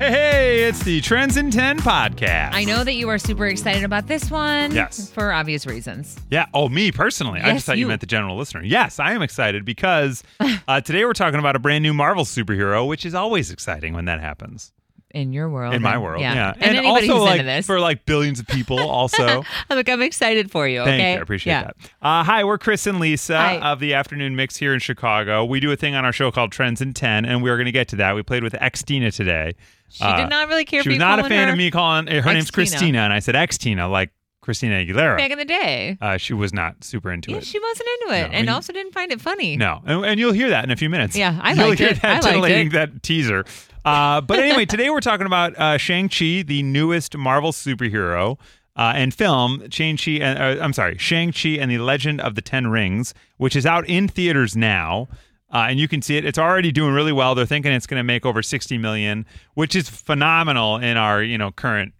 Hey, hey, it's the Trends in 10 podcast. I know that you are super excited about this one. Yes. For obvious reasons. Yeah. Oh, me personally. I Yes, just thought you. you. meant the general listener. Yes, I am excited because uh, today we're talking about a brand new Marvel superhero, which is always exciting when that happens In your world. in my and- world. Yeah. Yeah. And, anybody also, who's like, into this. for like billions of people, also. I'm like, I'm excited for you. Thank okay. you. I appreciate Yeah. that. Uh, hi, we're Chris and Lisa Hi. of the Afternoon Mix here in Chicago. We do a thing on our show called Trends in 10, and we're going to get to that. We played with Xtina today. Uh, She did not really care She for was you not a calling fan her of me calling her name's Xtina. Christina, and I said Xtina, like Christina back Aguilera. in the day. Uh, she was not super into Yeah, it. she wasn't into it No, and you- also didn't find it funny. No, and, and you'll hear that in a few minutes. Yeah, I you'll liked hear it. I that liked it. titillating that teaser. Uh, but anyway, today we're talking about uh, Shang Chi, the newest Marvel superhero. Uh, and film Shang Chi and uh, I'm sorry Shang Chi and the Legend of the Ten Rings, which is out in theaters now, uh, and you can see it. It's already doing really well. They're thinking it's going to make over 60 million, which is phenomenal in our you know current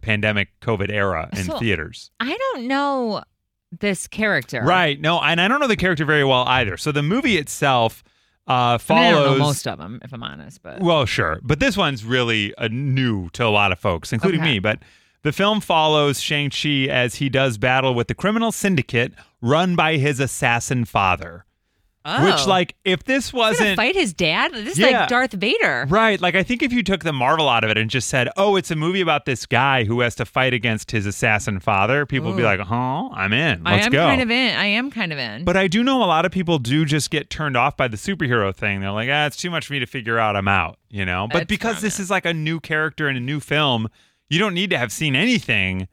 pandemic COVID era in So- theaters. I don't know this character. Right. No, and I don't know the character very well either. So the movie itself uh, I, mean, I follows. don't know most of them, if I'm honest, but well, sure, but this one's really uh, new to a lot of folks, including Okay. me. But the film follows Shang Chi as he does battle with the criminal syndicate run by his assassin father. oh, Which, like, if this he's gonna wasn't fight his dad? This is Yeah. like Darth Vader. Right. Like, I think if you took the Marvel out of it and just said, oh, it's a movie about this guy who has to fight against his assassin father, people would be Ooh. like, huh, I'm in. I Let's am go. kind of in. I am kind of in. But I do know a lot of people do just get turned off by the superhero thing. They're like, ah, it's too much for me to figure out. I'm out, you know? But That's because fine, this is like a new character in a new film, you don't need to have seen anything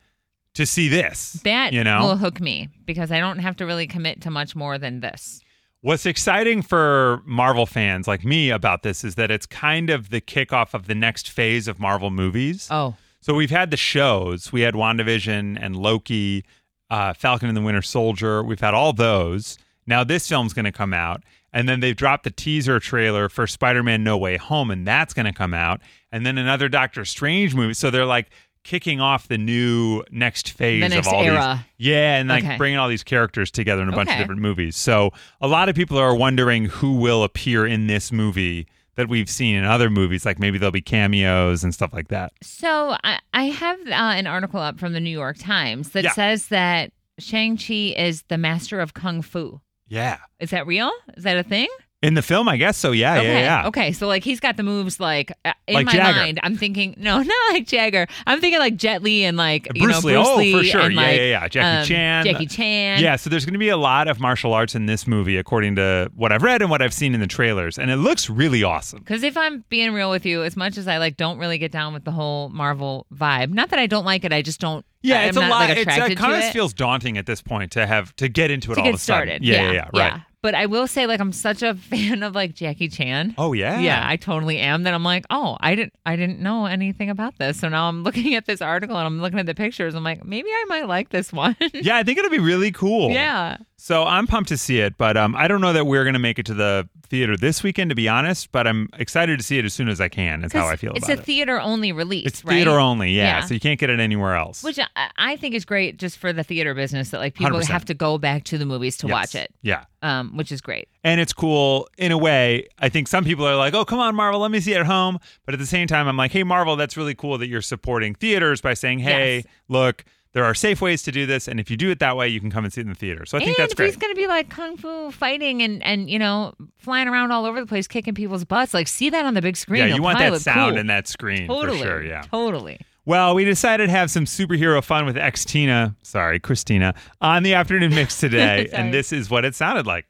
to see this. that you know? will hook me because I don't have to really commit to much more than this. What's exciting for Marvel fans like me about this is that it's kind of the kickoff of the next phase of Marvel movies. Oh, So we've had the shows. We had WandaVision and Loki, uh, Falcon and the Winter Soldier. We've had all those. Now this film's going to come out. And then they've dropped the teaser trailer for Spider Man No Way Home, and that's going to come out. And then another Doctor Strange movie. So they're like kicking off the new next phase The of next all these- era. Yeah, and like Okay. bringing all these characters together in a bunch of Okay. different movies. So a lot of people are wondering who will appear in this movie that we've seen in other movies. Like maybe there'll be cameos and stuff like that. So I, I have uh, an article up from the New York Times that Yeah. says that Shang Chi is the master of kung fu. Yeah. Is that real? Is that a thing? In the film, I guess so. Yeah, okay. yeah, yeah. Okay. So like he's got the moves like uh, in Like my Jagger. mind. I'm thinking no, not like Jagger. I'm thinking like Jet Li and like you Bruce know Lee. Bruce Oh, Lee for sure. and, Yeah, like, yeah, yeah. Jackie um, Chan. Jackie Chan. Yeah, so there's going to be a lot of martial arts in this movie, according to what I've read and what I've seen in the trailers, and it looks really awesome. Because if I'm being real with you, as much as I like, don't really get down with the whole Marvel vibe. Not that I don't like it, I just don't. Yeah, I- it's I'm a not, lot. Like, it's, attracted it kind to of it. feels daunting at this point to have to get into it to all get of a sudden. started. Yeah, yeah, yeah, right. But I will say, like, I'm such a fan of like Jackie Chan. Oh yeah, Yeah, I totally am. That I'm like, oh, I didn't, I didn't know anything about this. So now I'm looking at this article and I'm looking at the pictures. I'm like, maybe I might like this one. yeah. I think it'll be really cool. yeah. So I'm pumped to see it, but um, I don't know that we're going to make it to the theater this weekend, to be honest. But I'm excited to see it as soon as I can. Is how I feel it's about a it. theater only release. It's right? theater only. Yeah, Yeah. so you can't get it anywhere else. Which I, I think is great just for the theater business that like people 100%. have to go back to the movies to Yes. watch it, Yeah. um, which is great. and it's cool in a way. I think some people are like, "Oh, come on, Marvel, let me see it at home." But at the same time, I'm like, "Hey, Marvel, that's really cool that you're supporting theaters by saying, "Hey, Yes. look, there are safe ways to do this, and if you do it that way, you can come and see it in the theater." So I think and that's if great. he's going to be like kung fu fighting and and you know flying around all over the place, kicking people's butts, like see that on the big screen. yeah, It'll you want probably that look sound cool. and that screen totally, for sure. Yeah. totally. Well, we decided to have some superhero fun with ex Tina, sorry, Christina, on the afternoon mix today, Sorry. and this is what it sounded like.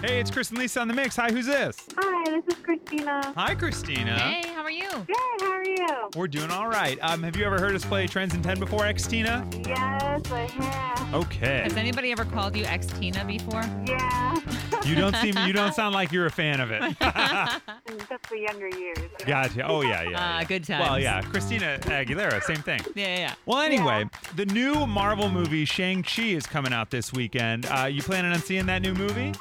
Hey, it's Chris and Lisa on the mix. Hi, who's this? Hi, this is Christina. Hi, Christina. Hey, how are you? Good, how are you? We're doing all right. Um, have you ever heard us play Trends in 10 before, X Tina? Yes, I have. Okay. Has anybody ever called you ex Tina before? Yeah. You don't seem you don't sound like you're a fan of it. That's the younger years. gotcha. Oh yeah, yeah. Ah, yeah. good Well, times. yeah. Christina Aguilera, same thing. Yeah, yeah, yeah. Well, anyway, the new Marvel movie Shang-Chi is coming out this weekend. Uh, you planning on seeing that new movie?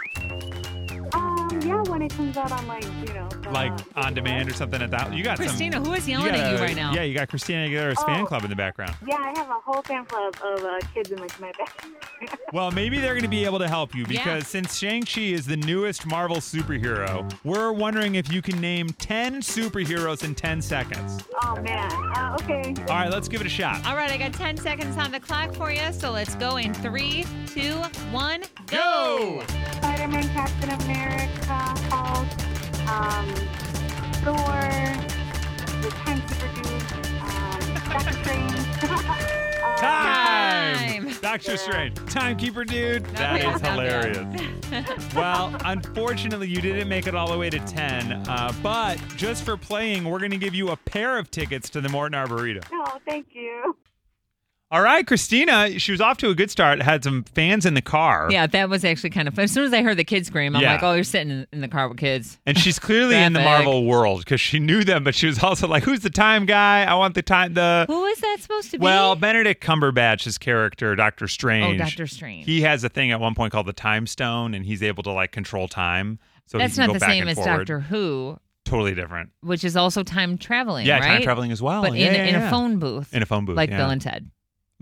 Um, yeah, when it it comes out on like you know the- like on demand or something at that. You got some- Christina, ww who is you yelling got at you a- right now? Yeah, you got Christina Aguilera's fan Oh. club in the background. Yeah, I have a whole fan club of uh, kids in like my back. Well, maybe they're going to be able to help you Yeah. because since Shang-Chi is the newest Marvel superhero, we're wondering if you can name 10 superheroes in 10 seconds. oh man. Uh, okay. All right, let's give it a shot. All right, I got 10 seconds on the clock for you, so let's go in three, two, one, go! Go! Spider-Man, Captain America, Hulk, um, Thor, the Time Super Dude, um, Doctor Strange. uh, Time! Time! Doctor Yeah. Strange. Timekeeper dude. that bad, is not bad. hilarious. well, unfortunately, you didn't make it all the way to 10, uh, but just for playing, we're going to give you a pair of tickets to the Morton Arboretum. No, thank you. All right, Christina, she was off to a good start, had some fans in the car. Yeah, that was actually kind of fun. As soon as I heard the kids scream, I'm Yeah. like, oh, you're sitting in, in the car with kids. And she's clearly in the Traffic. Marvel world because she knew them, but she was also like, "Who's the time guy? I want the time." The Who is that supposed to be? well, Benedict Cumberbatch's character, Doctor oh, Strange. Doctor Strange. He has a thing at one point called the Time Stone, and he's able to like control time. So That's he can go not the back same and as forward. Doctor Who, Totally different. which is also time traveling, yeah, right? time traveling as well. But Yeah, in, yeah, in yeah. a phone booth. in a phone booth, like yeah. Bill and Ted.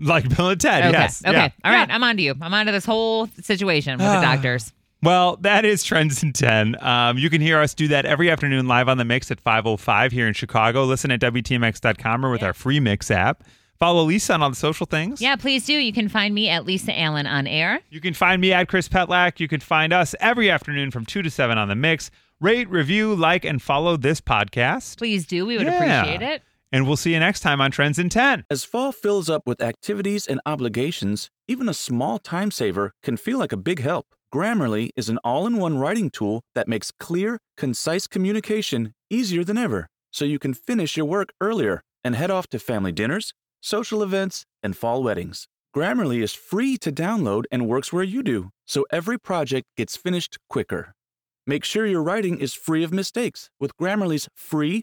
like Bill and Ted. Okay. Yes. Okay. Yeah. Ah. All right. Yeah. I'm on to you. I'm on to this whole situation with the doctors. Well, that is Trends in 10. Um, you can hear us do that every afternoon live on the mix at 5.05 here in Chicago. Listen at WTMX.com or with our free mix app. Follow Lisa on all the social things. Yeah, please do. You can find me at Lisa Allen on air. You can find me at Chris Petlak. You can find us every afternoon from 2 to 7 on the mix. Rate, review, like, and follow this podcast. Please do. We would Yeah. appreciate it. And we'll see you next time on Trends in 10. As fall fills up with activities and obligations, even a small time saver can feel like a big help. Grammarly is an all in one writing tool that makes clear, concise communication easier than ever, so you can finish your work earlier and head off to family dinners, social events, and fall weddings. Grammarly is free to download and works where you do, so every project gets finished quicker. Make sure your writing is free of mistakes with Grammarly's free,